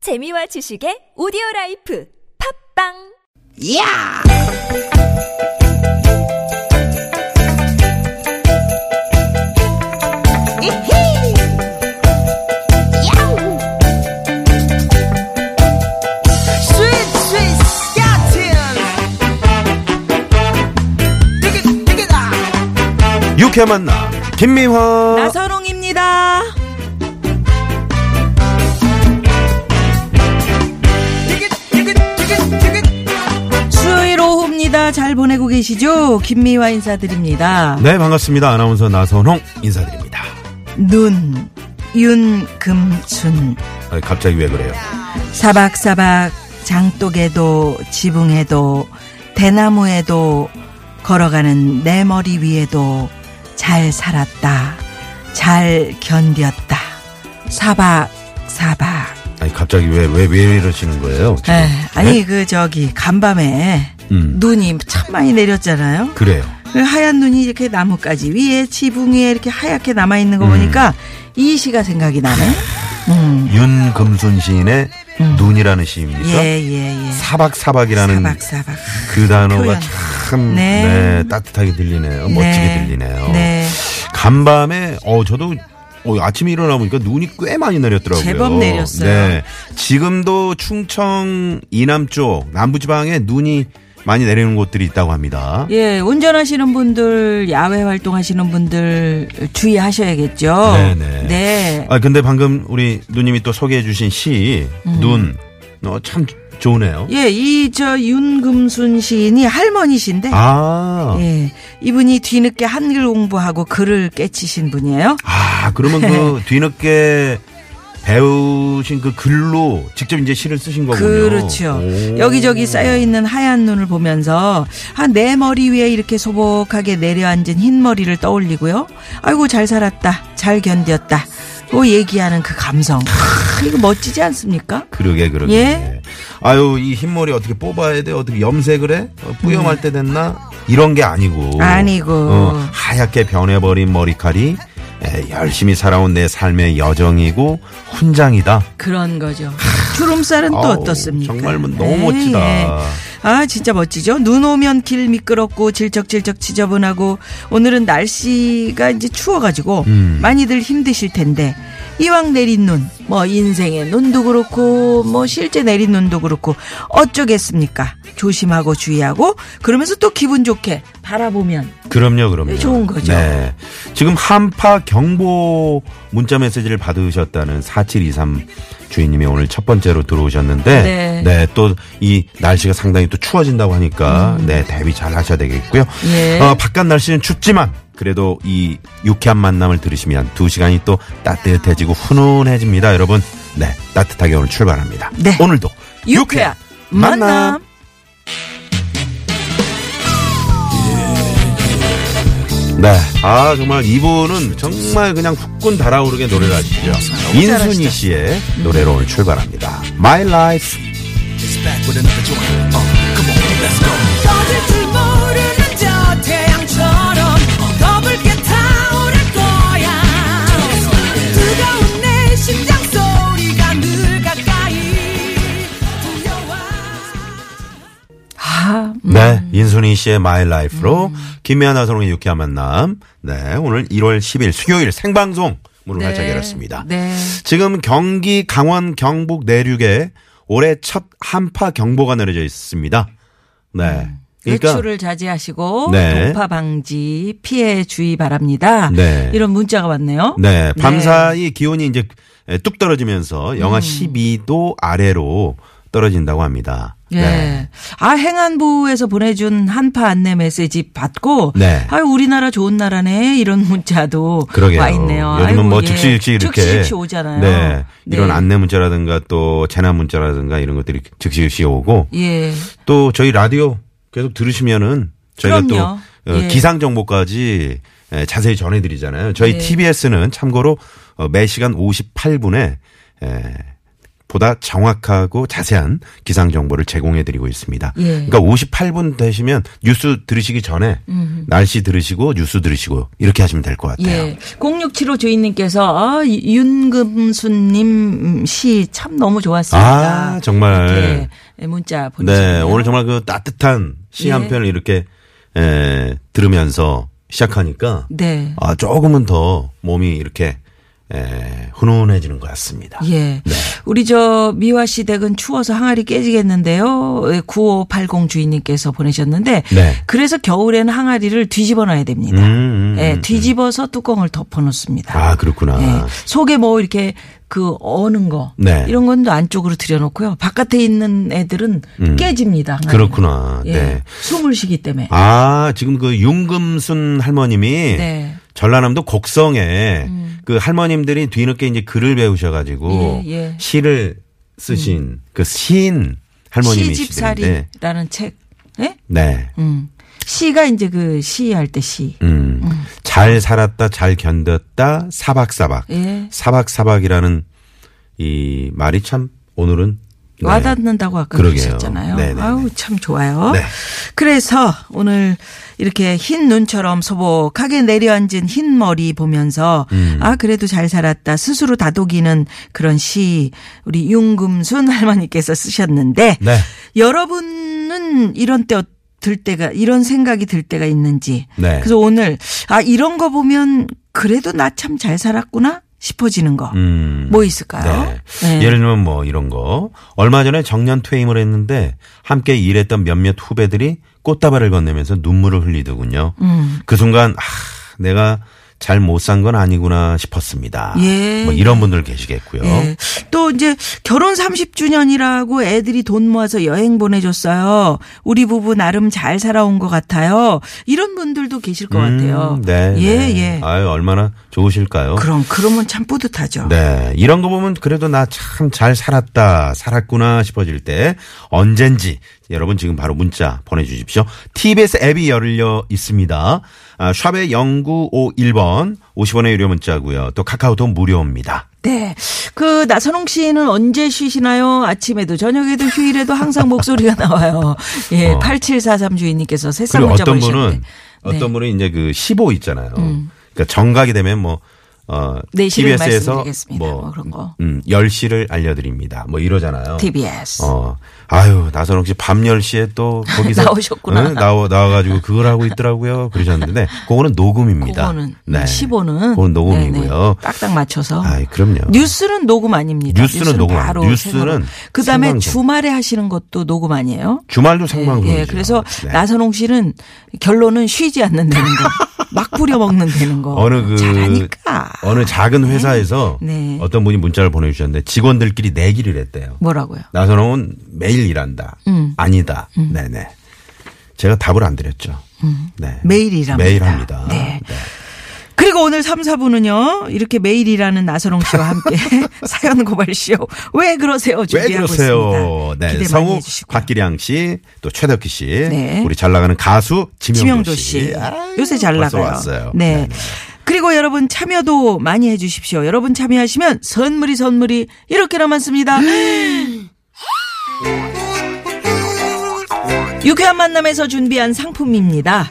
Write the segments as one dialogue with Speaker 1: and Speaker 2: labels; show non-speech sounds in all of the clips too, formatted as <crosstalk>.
Speaker 1: 재미와 지식의 오디오 라이프 팝빵
Speaker 2: 야! 이히! 야우! 스윗 스윗 스캇틴! 디귿 디귿아!
Speaker 3: 유쾌 만남 김미화
Speaker 4: 나서롱입니다.
Speaker 2: 디귿 디귿 디귿 디귿
Speaker 4: 수요일 오후입니다. 잘 보내고 계시죠? 김미화 인사드립니다.
Speaker 3: 네 반갑습니다 아나운서 나선홍 인사드립니다
Speaker 4: 눈, 윤, 금, 춘.
Speaker 3: 아, 갑자기 왜 그래요
Speaker 4: 사박사박 장독에도 지붕에도 대나무에도 걸어가는 내 머리 위에도 잘 살았다. 잘 견뎠다. 사박사박.
Speaker 3: 아니 갑자기 왜 왜 왜 이러시는 거예요 지금?
Speaker 4: 에,
Speaker 3: 네?
Speaker 4: 아니 그 저기 간밤에
Speaker 3: 음.
Speaker 4: 눈이 참 많이 내렸잖아요.
Speaker 3: 그래요
Speaker 4: 그 하얀 눈이 이렇게 나뭇가지 위에 지붕 위에 이렇게 하얗게 남아 있는
Speaker 3: 음.
Speaker 4: 거 보니까 이 시가 생각이 나네. 음.
Speaker 3: 윤금순 시인의 눈이라는 시입니까
Speaker 4: 예, 예, 예.
Speaker 3: 사박사박이라는
Speaker 4: 사박사박.
Speaker 3: 그 단어가
Speaker 4: 표현.
Speaker 3: 참
Speaker 4: 네.
Speaker 3: 네, 따뜻하게 들리네요 멋지게 들리네요
Speaker 4: 네.
Speaker 3: 간밤에 어 저도 어, 아침에 일어나 보니까 눈이 꽤 많이 내렸더라고요.
Speaker 4: 제법 내렸어요.
Speaker 3: 네. 지금도 충청 이남 쪽 남부 지방에 눈이 많이 내리는 곳들이 있다고 합니다.
Speaker 4: 예, 운전하시는 분들, 야외 활동하시는 분들 주의하셔야겠죠.
Speaker 3: 네네.
Speaker 4: 네.
Speaker 3: 아 근데 방금 우리 누님이 또 소개해 주신 시 눈. 어, 참 좋으네요.
Speaker 4: 음. 예, 이 저 윤금순 시인이 할머니신데
Speaker 3: 아.
Speaker 4: 예. 이분이 뒤늦게 한글 공부하고 글을 깨치신 분이에요.
Speaker 3: 아, 그러면
Speaker 4: <laughs>
Speaker 3: 그 뒤늦게 배우신 그 글로 직접 이제 시를 쓰신 거군요.
Speaker 4: 그렇죠.
Speaker 3: 오.
Speaker 4: 여기저기 쌓여있는 하얀 눈을 보면서, 아, 내 머리 위에 이렇게 소복하게 내려앉은 흰 머리를 떠올리고요. 아이고, 잘 살았다. 잘 견뎠다. 고 얘기하는 그 감성. 크, 이거 멋지지 않습니까?
Speaker 3: 그러게 그러게.
Speaker 4: 예?
Speaker 3: 아유 이 흰머리 어떻게 뽑아야 돼? 어떻게 염색을 해? 어, 뿌염할 때 됐나? 이런 게 아니고.
Speaker 4: 아니고.
Speaker 3: 어, 하얗게 변해버린 머리칼이 에, 열심히 살아온 내 삶의 여정이고 훈장이다.
Speaker 4: 그런 거죠. 주름살은 또
Speaker 3: 아우,
Speaker 4: 어떻습니까?
Speaker 3: 정말 뭐 너무 멋지다.
Speaker 4: 아, 진짜 멋지죠? 눈 오면 길 미끄럽고 질척질척 지저분하고 오늘은 날씨가 이제 추워가지고 많이들 힘드실 텐데 이왕 내린 눈, 뭐 인생의 눈도 그렇고 뭐 실제 내린 눈도 그렇고 어쩌겠습니까? 조심하고 주의하고 그러면서 또 기분 좋게 바라보면
Speaker 3: 그럼요, 그럼요.
Speaker 4: 좋은 거죠.
Speaker 3: 네. 지금 한파 경보 문자 메시지를 받으셨다는 4723 주인님이 오늘 첫 번째로 들어오셨는데,
Speaker 4: 네.
Speaker 3: 또 이 날씨가 상당히 또 추워진다고 하니까, 네, 대비 잘 하셔야 되겠고요.
Speaker 4: 음. 예.
Speaker 3: 어, 바깥 날씨는 춥지만, 그래도 이 유쾌한 만남을 들으시면 두 시간이 또 따뜻해지고 훈훈해집니다, 여러분. 네, 따뜻하게 오늘 출발합니다.
Speaker 4: 네.
Speaker 3: 오늘도
Speaker 4: 유쾌한 만남.
Speaker 3: 네. 아, 정말 이분은 정말 그냥 후끈 달아오르게 노래를 하시죠. 인순이 씨의 노래로 오늘 출발합니다. My Life.
Speaker 5: 꺼질 줄 모르는 저 태양처럼 더블게 타오를 거야 뜨거운 내 심장 소리가 늘 가까이 들려와
Speaker 4: 아,
Speaker 3: 네. 인순이 씨의 My Life로 김미아나 서롱의 유쾌한 만남. 네. 오늘 1월 10일 수요일 생방송 문을 활짝 열었습니다.
Speaker 4: 네.
Speaker 3: 지금 경기 강원 경북 내륙에 올해 첫 한파 경보가 내려져 있습니다. 네.
Speaker 4: 외출을 자제하시고
Speaker 3: 네.
Speaker 4: 동파 방지 피해 주의 바랍니다.
Speaker 3: 네.
Speaker 4: 이런 문자가 왔네요.
Speaker 3: 네, 밤사이 기온이 이제 뚝 떨어지면서
Speaker 4: 음.
Speaker 3: 영하 12도 아래로 떨어진다고 합니다. 네.
Speaker 4: 예. 아 행안부에서 보내준 한파 안내 메시지 받고
Speaker 3: 네.
Speaker 4: 아유 우리나라 좋은 나라네 이런 문자도
Speaker 3: 그러게요.
Speaker 4: 와 있네요.
Speaker 3: 요즘은
Speaker 4: 아이고,
Speaker 3: 뭐
Speaker 4: 예.
Speaker 3: 즉시 즉시 이렇게
Speaker 4: 즉시 즉시 오잖아요.
Speaker 3: 네, 이런
Speaker 4: 네.
Speaker 3: 안내 문자라든가 또 재난 문자라든가 이런 것들이 즉시 즉시 오고
Speaker 4: 예.
Speaker 3: 또 저희 라디오 계속 들으시면은 저희가
Speaker 4: 그럼요.
Speaker 3: 또 어,
Speaker 4: 예.
Speaker 3: 기상 정보까지 에, 자세히
Speaker 4: 네.
Speaker 3: 전해드리잖아요. 저희 TBS는 참고로 어, 매 시간 58분에 보다 정확하고 자세한 기상 정보를 제공해 드리고 있습니다.
Speaker 4: 예.
Speaker 3: 그러니까 58분 되시면 뉴스 들으시기 전에 날씨 들으시고 뉴스 들으시고 이렇게 하시면 될 것 같아요.
Speaker 4: 예. 0675 조인님께서 아, 윤금수님 시 참 너무 좋았습니다. 예.
Speaker 3: 아, 정말.
Speaker 4: 이렇게 문자
Speaker 3: 네,
Speaker 4: 보내주셨네요.
Speaker 3: 오늘 정말 그 따뜻한 시 한
Speaker 4: 예.
Speaker 3: 편을 이렇게 에, 들으면서 시작하니까
Speaker 4: 네.
Speaker 3: 아, 조금은 더 몸이 이렇게 에, 훈훈해지는 것 같습니다. 네.
Speaker 4: 예. 우리 저 미화 씨 댁은 추워서 항아리 깨지겠는데요. 9580 주인님께서 보내셨는데
Speaker 3: 네.
Speaker 4: 그래서 겨울에는 항아리를 뒤집어 놔야 됩니다.
Speaker 3: 음, 음,
Speaker 4: 예,
Speaker 3: 음.
Speaker 4: 뒤집어서 뚜껑을 덮어 놓습니다.
Speaker 3: 아, 그렇구나.
Speaker 4: 예. 속에 뭐 이렇게 그 어는 거
Speaker 3: 네.
Speaker 4: 이런 건도 안쪽으로 들여놓고요. 바깥에 있는 애들은 깨집니다.
Speaker 3: 음.
Speaker 4: 항아리가.
Speaker 3: 그렇구나.
Speaker 4: 예.
Speaker 3: 네.
Speaker 4: 숨을 쉬기 때문에.
Speaker 3: 아, 지금 그 윤금순 할머님이
Speaker 4: 네. 음.
Speaker 3: 전라남도 곡성에 그 할머님들이 뒤늦게 이제 글을 배우셔가지고
Speaker 4: 예, 음. 예.
Speaker 3: 시를 쓰신 그 시인 할머님이시는데
Speaker 4: 시집살이라는 책. 예?
Speaker 3: 네.
Speaker 4: 음. 시가 이제 그 시할 때 시.
Speaker 3: 음. 잘 살았다, 잘 견뎠다, 사박사박.
Speaker 4: 예.
Speaker 3: 사박사박이라는 이 말이 참 오늘은 네.
Speaker 4: 와닿는다고 아까
Speaker 3: 그러게요.
Speaker 4: 그러셨잖아요.
Speaker 3: 네네네.
Speaker 4: 아우 참 좋아요.
Speaker 3: 네.
Speaker 4: 그래서 오늘 이렇게 흰 눈처럼 소복하게 내려앉은 흰 머리 보면서
Speaker 3: 음.
Speaker 4: 아 그래도 잘 살았다 스스로 다독이는 그런 시 우리 윤금순 <laughs> 할머니께서 쓰셨는데
Speaker 3: 네.
Speaker 4: 여러분은 이런 때 어- 들 때가 이런 생각이 들 때가 있는지
Speaker 3: 네.
Speaker 4: 그래서 오늘 아 이런 거 보면 그래도 나 참 잘 살았구나 싶어지는 거 뭐
Speaker 3: 음.
Speaker 4: 있을까요?
Speaker 3: 네.
Speaker 4: 네.
Speaker 3: 예를 들면 뭐 이런 거. 얼마 전에 정년 퇴임을 했는데 함께 일했던 몇몇 후배들이 꽃다발을 건네면서 눈물을 흘리더군요.
Speaker 4: 음.
Speaker 3: 그 순간 아, 내가 잘 못 산 건 아니구나 싶었습니다.
Speaker 4: 예.
Speaker 3: 뭐 이런 분들 계시겠고요.
Speaker 4: 예. 또 이제 결혼 30주년이라고 애들이 돈 모아서 여행 보내줬어요. 우리 부부 나름 잘 살아온 것 같아요. 이런 분들도 계실 것 같아요.
Speaker 3: 음, 네.
Speaker 4: 예,
Speaker 3: 네.
Speaker 4: 예.
Speaker 3: 아유, 얼마나 좋으실까요?
Speaker 4: 그럼 그러면 참 뿌듯하죠.
Speaker 3: 네. 이런 거 보면 그래도 나 참 잘 살았다, 살았구나 싶어질 때 언젠지 여러분 지금 바로 문자 보내주십시오. TBS 앱이 열려 있습니다. 아, 샵의 0951번 50원의 유료 문자고요. 또 카카오톡 무료입니다.
Speaker 4: 네. 그 나선홍 씨는 언제 쉬시나요? 아침에도 저녁에도 휴일에도 항상 목소리가 <laughs> 나와요. 예.
Speaker 3: 어.
Speaker 4: 8743 주인님께서 새싹
Speaker 3: 그리고
Speaker 4: 문자
Speaker 3: 어떤
Speaker 4: 보내셨는데. 네. 음.
Speaker 3: 분은 어떤 분은 이제 그 15 있잖아요. 그러니까 정각이 되면 뭐 어,
Speaker 4: 네, 시를
Speaker 3: TBS에서
Speaker 4: 말씀드리겠습니다.
Speaker 3: 뭐,
Speaker 4: 뭐 그런 거. 네.
Speaker 3: 음, 10시를 알려드립니다. 뭐 이러잖아요.
Speaker 4: TBS.
Speaker 3: 어, 아유, 나선홍 씨 밤 10시에 또 거기서.
Speaker 4: <laughs> 나오셨구나.
Speaker 3: 응? 나와, 나와가지고 그걸 하고 있더라고요. 그러셨는데, 그거는 녹음입니다. 네.
Speaker 4: 그거는 15는
Speaker 3: 그건 녹음이고요.
Speaker 4: 네네. 딱딱 맞춰서.
Speaker 3: 아이, 그럼요.
Speaker 4: 뉴스는 녹음 아닙니다.
Speaker 3: 뉴스는 녹음 아니에요. 뉴스는
Speaker 4: 그다음에
Speaker 3: 생방송.
Speaker 4: 주말에 하시는 것도 녹음 아니에요?
Speaker 3: 주말도 생방송이죠.
Speaker 4: 예, 그래서
Speaker 3: 네.
Speaker 4: 나선홍 씨는 결론은 쉬지 않는다는
Speaker 3: <laughs>
Speaker 4: 거. 막 부려 먹는다는 거.
Speaker 3: 어느 그
Speaker 4: 잘하니까.
Speaker 3: 어느 작은 회사에서
Speaker 4: 네.
Speaker 3: 어떤 분이 문자를 보내주셨는데 직원들끼리 내기를 했대요.
Speaker 4: 뭐라고요?
Speaker 3: 나선홍은 매일 일한다.
Speaker 4: 음.
Speaker 3: 아니다. 네네. 제가 답을 안 드렸죠. 네.
Speaker 4: 음. 매일 일합니다.
Speaker 3: 매일 합니다.
Speaker 4: 네. 그리고 오늘 3, 4부는요. 이렇게 매일이라는 나선홍 씨와
Speaker 3: <laughs>
Speaker 4: 함께 사연 고발쇼. 왜 그러세요?
Speaker 3: 왜
Speaker 4: 준비하고
Speaker 3: 그러세요?
Speaker 4: 있습니다.
Speaker 3: 네.
Speaker 4: 기대 많이
Speaker 3: 성우
Speaker 4: 해주시고요.
Speaker 3: 박기량 씨, 또 최덕희 씨,
Speaker 4: 네.
Speaker 3: 우리 잘 나가는 가수 지명도,
Speaker 4: 지명도 씨.
Speaker 3: 아유,
Speaker 4: 요새 잘
Speaker 3: 벌써
Speaker 4: 나가요.
Speaker 3: 왔어요.
Speaker 4: 네.
Speaker 3: 네.
Speaker 4: 그리고 여러분 참여도 많이 해 주십시오. 여러분 참여하시면 선물이 선물이
Speaker 3: <gasps>
Speaker 4: 이렇게나 많습니다. 유쾌한 만남에서 준비한 상품입니다.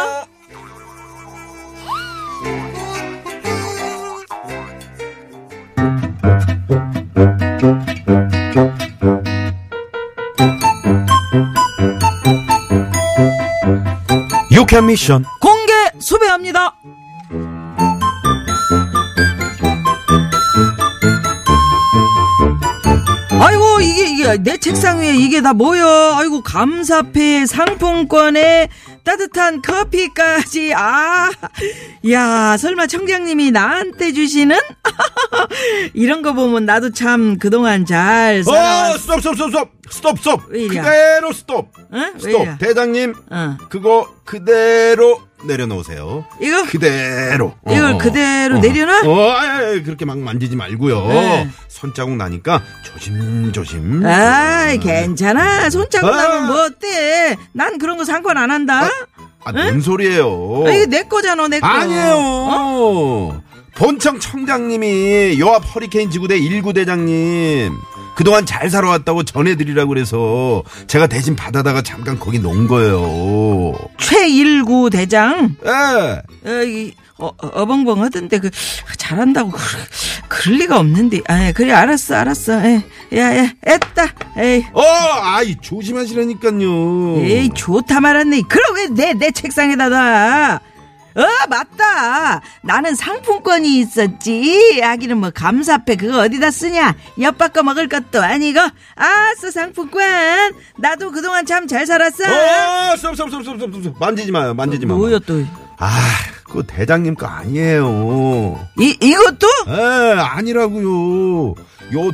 Speaker 3: 유쾌한 미션
Speaker 4: 공개 수배합니다. 아이고 이게 이게 내 책상 위에 이게 다 뭐여? 아이고 감사패 상품권에 따뜻한 커피까지 아, 야 설마 청장님이 나한테 주시는 <laughs> 이런 거 보면 나도 참 그동안 잘
Speaker 3: 어,
Speaker 4: 살아.
Speaker 3: 스톱, 스톱, 스톱, 스톱, 스톱, 스톱.
Speaker 4: 왜 이래?
Speaker 3: 그대로 스톱.
Speaker 4: 응? 왜 이래?
Speaker 3: 스톱. 대장님,
Speaker 4: 어.
Speaker 3: 그거 그대로 내려놓으세요.
Speaker 4: 이거
Speaker 3: 그대로. 어, 어.
Speaker 4: 이걸 예, 그대로 내려놔?
Speaker 3: 어, 아이, 아이, 그렇게 막 만지지 말고요.
Speaker 4: 네.
Speaker 3: 손자국 나니까 조심조심.
Speaker 4: 아이 괜찮아 손자국
Speaker 3: 아.
Speaker 4: 나면 뭐 어때 난 그런 거 상관 안 한다
Speaker 3: 아, 뭔 소리예요?
Speaker 4: 아, 이게 내 어? 거잖아 내거
Speaker 3: 아니에요. 본청 청장님이 요앞 허리케인 지구대 1구 대장님 그동안 잘 살아왔다고 전해드리라고 그래서 제가 대신 받아다가 잠깐 거기 놓은 거예요.
Speaker 4: 최일구 대장
Speaker 3: 예.
Speaker 4: 어, 이, 어, 어, 어벙벙 하던데 그 잘한다고 그, 그럴 리가 없는데 아 그래 알았어 알았어 예, 야야 했다 에이
Speaker 3: 어, 아이 조심하시라니까요.
Speaker 4: 에이 좋다 말았네 그럼 왜 내 내 책상에다 놔 어, 맞다. 나는 상품권이 있었지. 아기는 뭐 감사패 그거 어디다 쓰냐. 엿바꿔 먹을 것도 아니고. 아싸, 상품권. 나도 그동안 참 잘 살았어.
Speaker 3: 어, 스톱, 스톱, 스톱, 스톱, 스톱, 스톱. 만지지 마요, 만지지 마.
Speaker 4: 뭐야 또.
Speaker 3: 아, 그거 대장님 거 아니에요.
Speaker 4: 이, 이것도?
Speaker 3: 에, 아니라고요. 요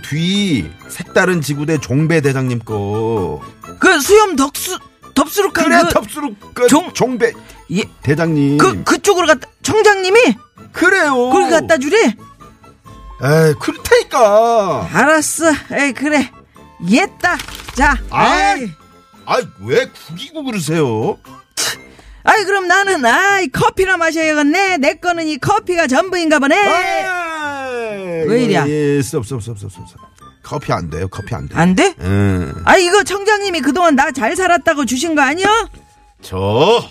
Speaker 3: 뒤 색다른 지구대 종배 대장님 거.
Speaker 4: 그 수염 덕수, 덥수룩한
Speaker 3: 그래
Speaker 4: 그,
Speaker 3: 덥수룩 그
Speaker 4: 종-
Speaker 3: 종... 배
Speaker 4: 예,
Speaker 3: 대장님
Speaker 4: 그, 그쪽으로 갔다. 청장님이?
Speaker 3: 그래요
Speaker 4: 그걸 갖다 주래?
Speaker 3: 에이 그렇다니까
Speaker 4: 알았어. 에이, 그래. 옛다. 자.
Speaker 3: 아이.
Speaker 4: 에이.
Speaker 3: 아왜 구기고 그러세요
Speaker 4: 아이 그럼 나는 아이 커피나 마셔야겠네 내 거는 이 커피가 전부인가 보네 왜 이래?
Speaker 3: 예, 스톱 스톱 스톱 스톱 스톱 커피 안 돼요 커피 안돼요
Speaker 4: 안 돼?
Speaker 3: 음,
Speaker 4: 아이 이거 청장님이 그동안 나 잘 살았다고 주신 거 아니야?
Speaker 3: 저저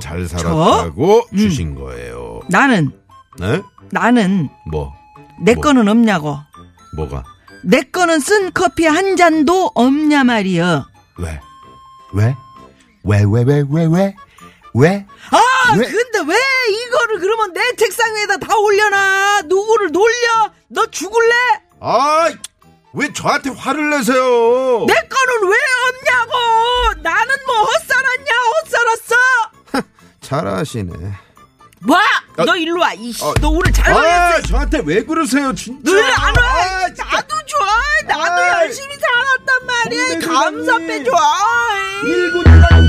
Speaker 3: 잘 살았다고
Speaker 4: 음.
Speaker 3: 주신 거예요
Speaker 4: 나는
Speaker 3: 네?
Speaker 4: 나는
Speaker 3: 뭐
Speaker 4: 내
Speaker 3: 뭐?
Speaker 4: 거는 없냐고
Speaker 3: 뭐가
Speaker 4: 내 거는 쓴 커피 한 잔도 없냐 아, 말이여
Speaker 3: 왜 왜? 왜 왜 왜 왜 왜? 왜? 왜?
Speaker 4: 아
Speaker 3: 왜?
Speaker 4: 근데 왜 이거를 그러면 내 책상 위에다 다 올려놔 누구를 놀려 너 죽을래?
Speaker 3: 아, 왜 저한테 화를 내세요?
Speaker 4: 내 거는 왜 없냐고 나는 뭐 헛살았냐 헛살았어 뭐?
Speaker 3: 잘하시네. 아,
Speaker 4: 와너 일로 와 이씨
Speaker 3: 아,
Speaker 4: 너 오늘 잘 걸렸어
Speaker 3: 아, 저한테 왜 그러세요, 진짜.
Speaker 4: 늘안 와.
Speaker 3: 아, 진짜.
Speaker 4: 나도 좋아. 나도
Speaker 3: 아이.
Speaker 4: 열심히 살았단 말이야.
Speaker 3: 동네 주방이.
Speaker 4: 감사패 좋아.
Speaker 3: 일곱 시간이.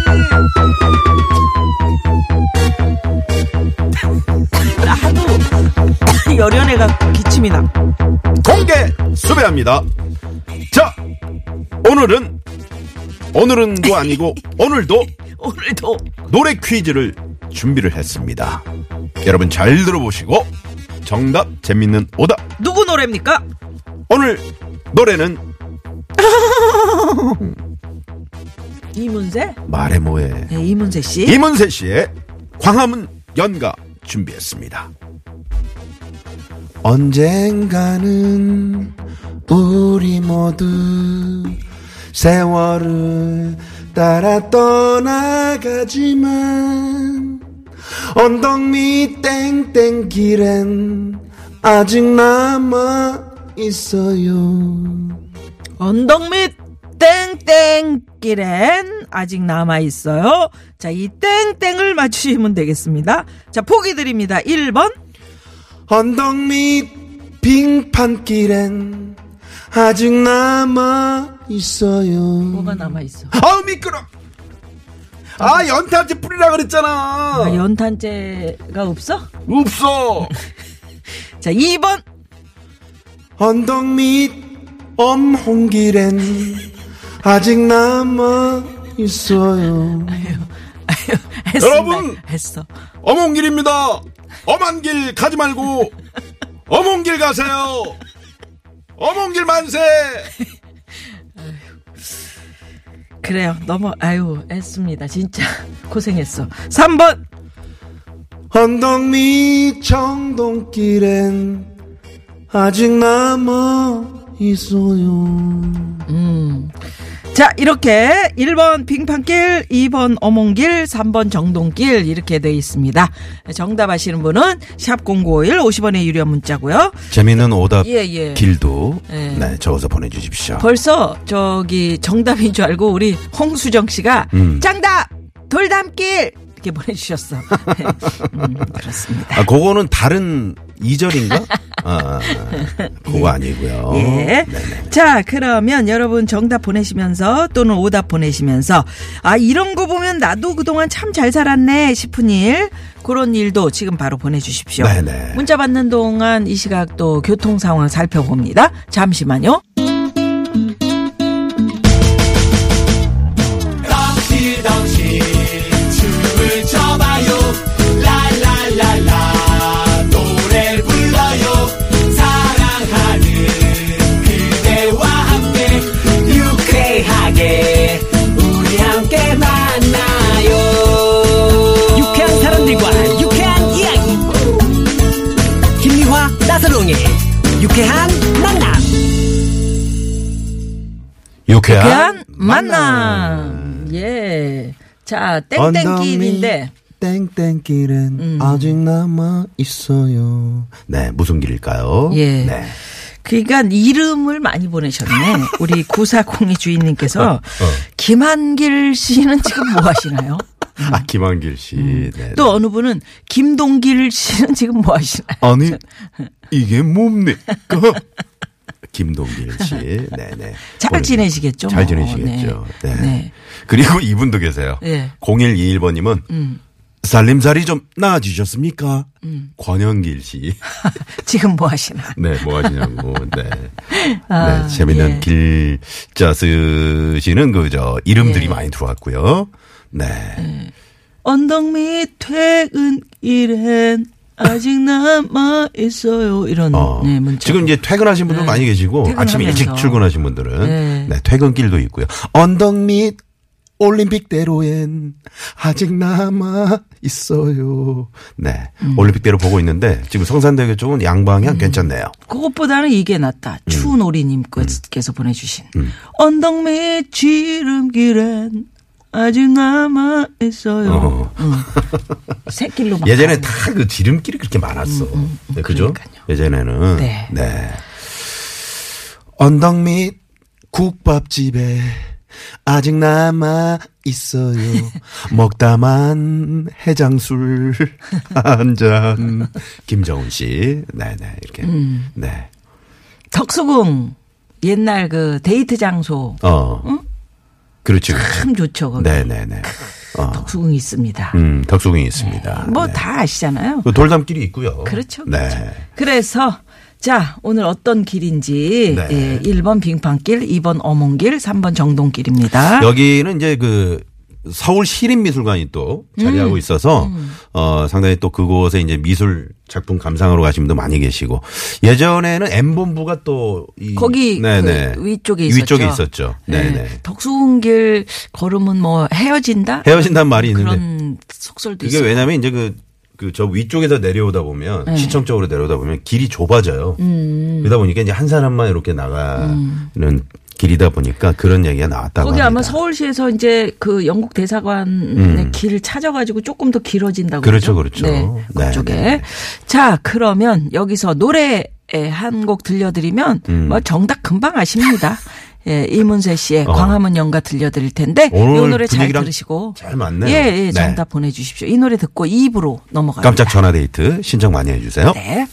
Speaker 4: 나도 <laughs> 열연애가 기침이 나.
Speaker 3: 공개 수배합니다. 자, 오늘은 오늘은도
Speaker 4: <laughs>
Speaker 3: 아니고 오늘도
Speaker 4: 오늘도
Speaker 3: 노래 퀴즈를 준비를 했습니다. 여러분 잘 들어보시고 정답 재밌는 오답.
Speaker 4: 누구 노래입니까?
Speaker 3: 오늘 노래는
Speaker 4: 이문세?
Speaker 3: 말해 뭐해.
Speaker 4: 네, 이문세 씨.
Speaker 3: 이문세 씨의 광화문 연가 준비했습니다. 언젠가는 우리 모두 세월을 따라 떠나가지만 언덕 밑 땡땡 길엔 아직 남아 있어요.
Speaker 4: 언덕 밑 땡땡길엔 아직 남아 있어요. 자, 이 땡땡을 맞추시면 되겠습니다. 자, 보기 드립니다. 1번.
Speaker 3: 언덕 밑 빙판길엔 아직 남아 있어요.
Speaker 4: 뭐가 남아 있어?
Speaker 3: 아우 미끄러. 아 연탄재 뿌리라 그랬잖아.
Speaker 4: 아, 연탄재가 없어?
Speaker 3: 없어.
Speaker 4: <laughs> 자, 2번.
Speaker 3: 언덕 밑 엄홍길엔 아직 남아 있어요.
Speaker 4: 했습니다.
Speaker 3: 여러분!
Speaker 4: 했어.
Speaker 3: 엄홍길입니다. 엄한 길 가지 말고 엄홍길 가세요. 엄홍길 만세.
Speaker 4: 그래요. 너무 아유 했습니다. 진짜 고생했어. 3번
Speaker 6: 언덕 밑 정동길엔 아직 남아 있어요.
Speaker 4: 자, 이렇게 1번 빙판길, 2번 어몽길, 3번 정동길 이렇게 돼 있습니다. 정답 아시는 분은 샵 0951 50원의 유료 문자고요.
Speaker 3: 재미있는 오답
Speaker 4: 예, 예.
Speaker 3: 길도
Speaker 4: 예.
Speaker 3: 네, 적어서 보내주십시오.
Speaker 4: 벌써 저기 정답인 줄 알고 우리 홍수정 씨가 정답 돌담길 이렇게 보내 주셨어. <laughs> 음, 그렇습니다.
Speaker 3: 아, 그거는 다른
Speaker 4: <laughs>
Speaker 3: 2절인가? 아, 아, 아. 그거 아니고요.
Speaker 4: 예.
Speaker 3: 네네.
Speaker 4: 자, 그러면 여러분 정답 보내시면서 또는 오답 보내시면서 아, 이런 거 보면 나도 그동안 참 잘 살았네 싶은 일 그런 일도 지금 바로 보내주십시오.
Speaker 3: 네네.
Speaker 4: 문자 받는 동안 이 시각 또 교통 상황 살펴봅니다. 잠시만요.
Speaker 7: 유쾌한 사람들과 유쾌한 이야기 김미화 나서롱의 유쾌한 만남
Speaker 4: 대한 만남. 예. 자, 땡땡길인데 음.
Speaker 6: 땡땡길은 아직 남아 있어요.
Speaker 3: 네, 무슨 길일까요?
Speaker 4: 예.
Speaker 3: 네.
Speaker 4: 그러니까 이름을 많이 보내셨네. 우리 구사공이
Speaker 3: 어,
Speaker 4: 주인님께서 김한길 씨는 지금 뭐 하시나요?
Speaker 3: 아, 김한길 씨. 네.
Speaker 4: 음. 또 어느 분은 김동길 씨는 지금 뭐 하시나요? <laughs>
Speaker 3: 아니, 이게 뭡니까? <laughs> 김동길 씨. 네네.
Speaker 4: 잘 지내시겠죠?
Speaker 3: 잘
Speaker 4: 뭐.
Speaker 3: 지내시겠죠.
Speaker 4: 네.
Speaker 3: 네.
Speaker 4: 네.
Speaker 3: 그리고 이분도 계세요.
Speaker 4: 예. 음.
Speaker 3: 0121번님은 살림살이 좀 나아지셨습니까? 권영길 씨. <laughs>
Speaker 4: 지금 뭐 하시나?
Speaker 3: 네, 뭐 하시냐고. 네.
Speaker 4: 아,
Speaker 3: 네, 재밌는
Speaker 4: 예.
Speaker 3: 길자 쓰시는 그저 이름들이
Speaker 4: 예.
Speaker 3: 많이 들어왔고요. 네.
Speaker 4: 언덕 밑 퇴근길엔 아직 남아 있어요. 이런
Speaker 3: 어,
Speaker 4: 네, 문자.
Speaker 3: 지금 이제 퇴근하신 분들 많이 계시고
Speaker 4: 퇴근하면서.
Speaker 3: 아침에 일찍 출근하신 분들은
Speaker 4: 네.
Speaker 3: 네. 퇴근길도 있고요.
Speaker 6: 언덕 밑 올림픽대로엔 아직 남아 있어요.
Speaker 3: 네.
Speaker 4: 음.
Speaker 3: 올림픽대로 보고 있는데 지금 성산대교 쪽은 양방향 괜찮네요.
Speaker 4: 그것보다는 이게 낫다.
Speaker 3: 음.
Speaker 4: 추운 오리님께서 보내주신 언덕 밑 지름길엔 아직 남아 있어요.
Speaker 3: 어.
Speaker 4: 음. 새길로 막
Speaker 3: 예전에
Speaker 4: 가는
Speaker 3: 다 그 지름길이 그렇게 많았어. 네, 그죠?
Speaker 4: 아. 음, 그러니까요.
Speaker 3: 예전에는.
Speaker 4: 네.
Speaker 3: 네.
Speaker 6: 언덕 밑 국밥집에 아직 남아 있어요.
Speaker 3: <laughs>
Speaker 6: 먹다만 해장술 한 잔.
Speaker 3: 음. 김정훈 씨. 네네. 이렇게.
Speaker 4: 음.
Speaker 3: 네.
Speaker 4: 덕수궁 옛날 그 데이트 장소
Speaker 3: 어. 그렇지. 그렇지.
Speaker 4: 참 좋죠. 거기
Speaker 3: 네네네. 어.
Speaker 4: 덕수궁 있습니다.
Speaker 3: 음, 덕수궁이 있습니다.
Speaker 4: 뭐
Speaker 3: 네.
Speaker 4: 다 아시잖아요.
Speaker 3: 그 돌담길이 있고요.
Speaker 4: 그렇죠.
Speaker 3: 네.
Speaker 4: 그렇죠. 그래서 자, 오늘 어떤 길인지
Speaker 3: 네.
Speaker 4: 예, 1번 빙판길, 2번 어몽길, 3번 정동길입니다.
Speaker 3: 여기는 이제 그 서울 시립미술관이 또 자리하고
Speaker 4: 음.
Speaker 3: 있어서 어 상당히 또 그곳에 이제 미술 작품 감상하러 가신 분도 많이 계시고 예전에는 M 본부가 또 이-
Speaker 4: 거기
Speaker 3: 네네.
Speaker 4: 그 위쪽에 있었죠.
Speaker 3: 위쪽에 있었죠. 네네.
Speaker 4: 네. 덕수궁길 걸음은 뭐 헤어진다?
Speaker 3: 헤어진다는 말이 있는데
Speaker 4: 그런 속설도
Speaker 3: 이게
Speaker 4: 있어요.
Speaker 3: 왜냐면 이제 그 그 저 위쪽에서 내려오다 보면
Speaker 4: 네.
Speaker 3: 시청 쪽으로 내려오다 보면 길이 좁아져요.
Speaker 4: 음.
Speaker 3: 그러다 보니까 이제 한 사람만 이렇게 나가는 길이다 보니까 그런 얘기가 나왔다고
Speaker 4: 거기
Speaker 3: 합니다. 음.
Speaker 4: 아마 서울시에서 이제 그 영국 대사관의 길을 찾아가지고 조금 더 길어진다고
Speaker 3: 그렇죠,
Speaker 4: 그러죠?
Speaker 3: 그렇죠.
Speaker 4: 네,
Speaker 3: 네,
Speaker 4: 그쪽에.
Speaker 3: 네, 네.
Speaker 4: 자, 그러면 여기서 노래 한 곡 들려드리면
Speaker 3: 음.
Speaker 4: 뭐 정답 금방
Speaker 3: <laughs>
Speaker 4: 아십니다. 예, 이문세 씨의
Speaker 3: 어.
Speaker 4: 광화문 연가 들려드릴 텐데 이
Speaker 3: 오늘
Speaker 4: 노래 잘
Speaker 3: 분위기랑
Speaker 4: 들으시고
Speaker 3: 잘 맞네요.
Speaker 4: 예, 예,
Speaker 3: 네.
Speaker 4: 정답 보내주십시오. 이 노래 듣고 2부로 넘어갑니다.
Speaker 3: 깜짝 전화 데이트 신청 많이 해주세요.
Speaker 4: 네.